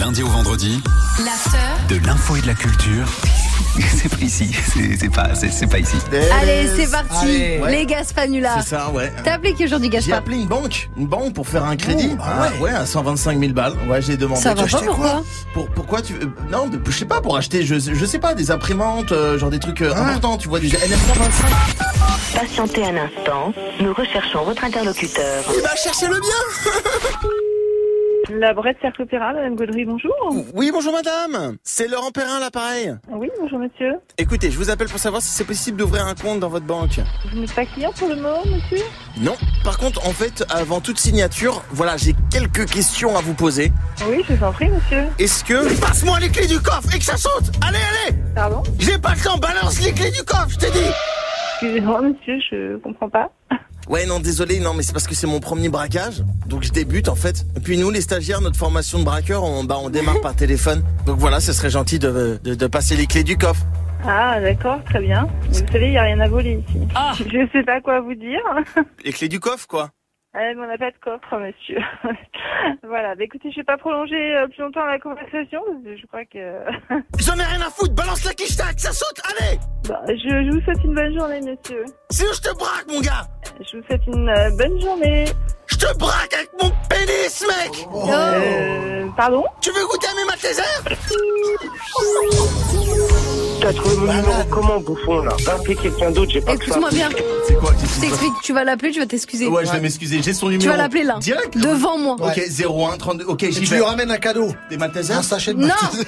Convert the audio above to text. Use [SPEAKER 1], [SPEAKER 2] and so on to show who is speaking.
[SPEAKER 1] lundi au vendredi,
[SPEAKER 2] L'after.
[SPEAKER 1] de l'info et de la culture. c'est pas ici, c'est c'est pas, c'est- c'est pas ici.
[SPEAKER 3] Allez, c'est parti.
[SPEAKER 4] Allez. Ouais.
[SPEAKER 3] Les Gaspanulas.
[SPEAKER 4] C'est ça, ouais.
[SPEAKER 3] T'as appelé qui aujourd'hui,
[SPEAKER 4] J'ai
[SPEAKER 3] Gaspar
[SPEAKER 4] appelé une banque, une banque pour faire un crédit.
[SPEAKER 1] ah
[SPEAKER 4] Oh, ouais. à 125 000 balles. Ouais, j'ai demandé.
[SPEAKER 3] Ça va
[SPEAKER 4] Tu veux
[SPEAKER 3] pas,
[SPEAKER 4] acheter
[SPEAKER 3] pourquoi
[SPEAKER 4] quoi pour, Pourquoi tu euh, Non, je sais pas. Pour acheter, je, je sais pas, des imprimantes, euh, genre des trucs euh, importants. Tu vois, du NF125.
[SPEAKER 5] Patientez un instant, nous recherchons votre interlocuteur.
[SPEAKER 4] Eh bah, cherchez le bien.
[SPEAKER 6] La Brette Cercle Opéra, Madame Gaudry, bonjour.
[SPEAKER 4] Oui, bonjour madame. C'est Laurent Perrin, l'appareil.
[SPEAKER 6] Oui, bonjour monsieur.
[SPEAKER 4] Écoutez, je vous appelle pour savoir si c'est possible d'ouvrir un compte dans votre banque.
[SPEAKER 6] Vous n'êtes pas client pour le moment, monsieur
[SPEAKER 4] Non. Par contre, en fait, avant toute signature, voilà, j'ai quelques questions à vous poser.
[SPEAKER 6] Oui, je vous en prie, monsieur.
[SPEAKER 4] Est-ce que passe-moi les clés du coffre et que ça saute Allez, allez
[SPEAKER 6] Pardon
[SPEAKER 4] J'ai pas le temps, balance les clés du coffre, je t'ai dit
[SPEAKER 6] Excusez-moi, monsieur, je comprends pas.
[SPEAKER 4] Ouais, non, désolé, non, mais c'est parce que c'est mon premier braquage, donc je débute en fait. Et puis nous, les stagiaires, notre formation de braqueur, on, bah, on démarre par téléphone. Donc voilà, ce serait gentil de, de, de passer les clés du coffre.
[SPEAKER 6] Ah, d'accord, très bien. Vous savez, il n'y a rien à voler ici. Je sais pas quoi vous dire.
[SPEAKER 4] Les clés du coffre, quoi.
[SPEAKER 6] Euh, mais on n'a pas de coffre, monsieur. voilà, bah, écoutez, je vais pas prolonger euh, plus longtemps la conversation. parce que Je crois que...
[SPEAKER 4] J'en ai rien à foutre, balance la quiche tac, ça saute, allez
[SPEAKER 6] Bon, je, bah, je vous souhaite une bonne journée, monsieur.
[SPEAKER 4] Sinon je te braque, mon gars
[SPEAKER 6] Je vous souhaite une euh, bonne journée.
[SPEAKER 4] Je te braque avec mon pénis, mec
[SPEAKER 7] Oh,
[SPEAKER 3] Oh,
[SPEAKER 6] Euh, pardon
[SPEAKER 4] Tu veux goûter à mes matésers
[SPEAKER 8] T'as trouvé mon numéro comment, bouffon, là Va appeler quelqu'un d'autre, j'ai pas que ça.
[SPEAKER 3] Écoute-moi bien.
[SPEAKER 7] C'est quoi
[SPEAKER 3] Je t'explique. Tu vas l'appeler, tu vas t'excuser.
[SPEAKER 7] Ouais, je vais m'excuser, j'ai son
[SPEAKER 3] Tu
[SPEAKER 7] numéro.
[SPEAKER 3] vas l'appeler là.
[SPEAKER 7] Direct
[SPEAKER 3] Devant moi.
[SPEAKER 7] Ouais.
[SPEAKER 4] Ok, 01, 32, ok,
[SPEAKER 7] Et
[SPEAKER 4] j'y
[SPEAKER 7] tu lui
[SPEAKER 4] vais.
[SPEAKER 7] ramènes un cadeau.
[SPEAKER 4] Des
[SPEAKER 7] Un
[SPEAKER 4] matésers
[SPEAKER 7] sachet de
[SPEAKER 3] Non,
[SPEAKER 7] matazas.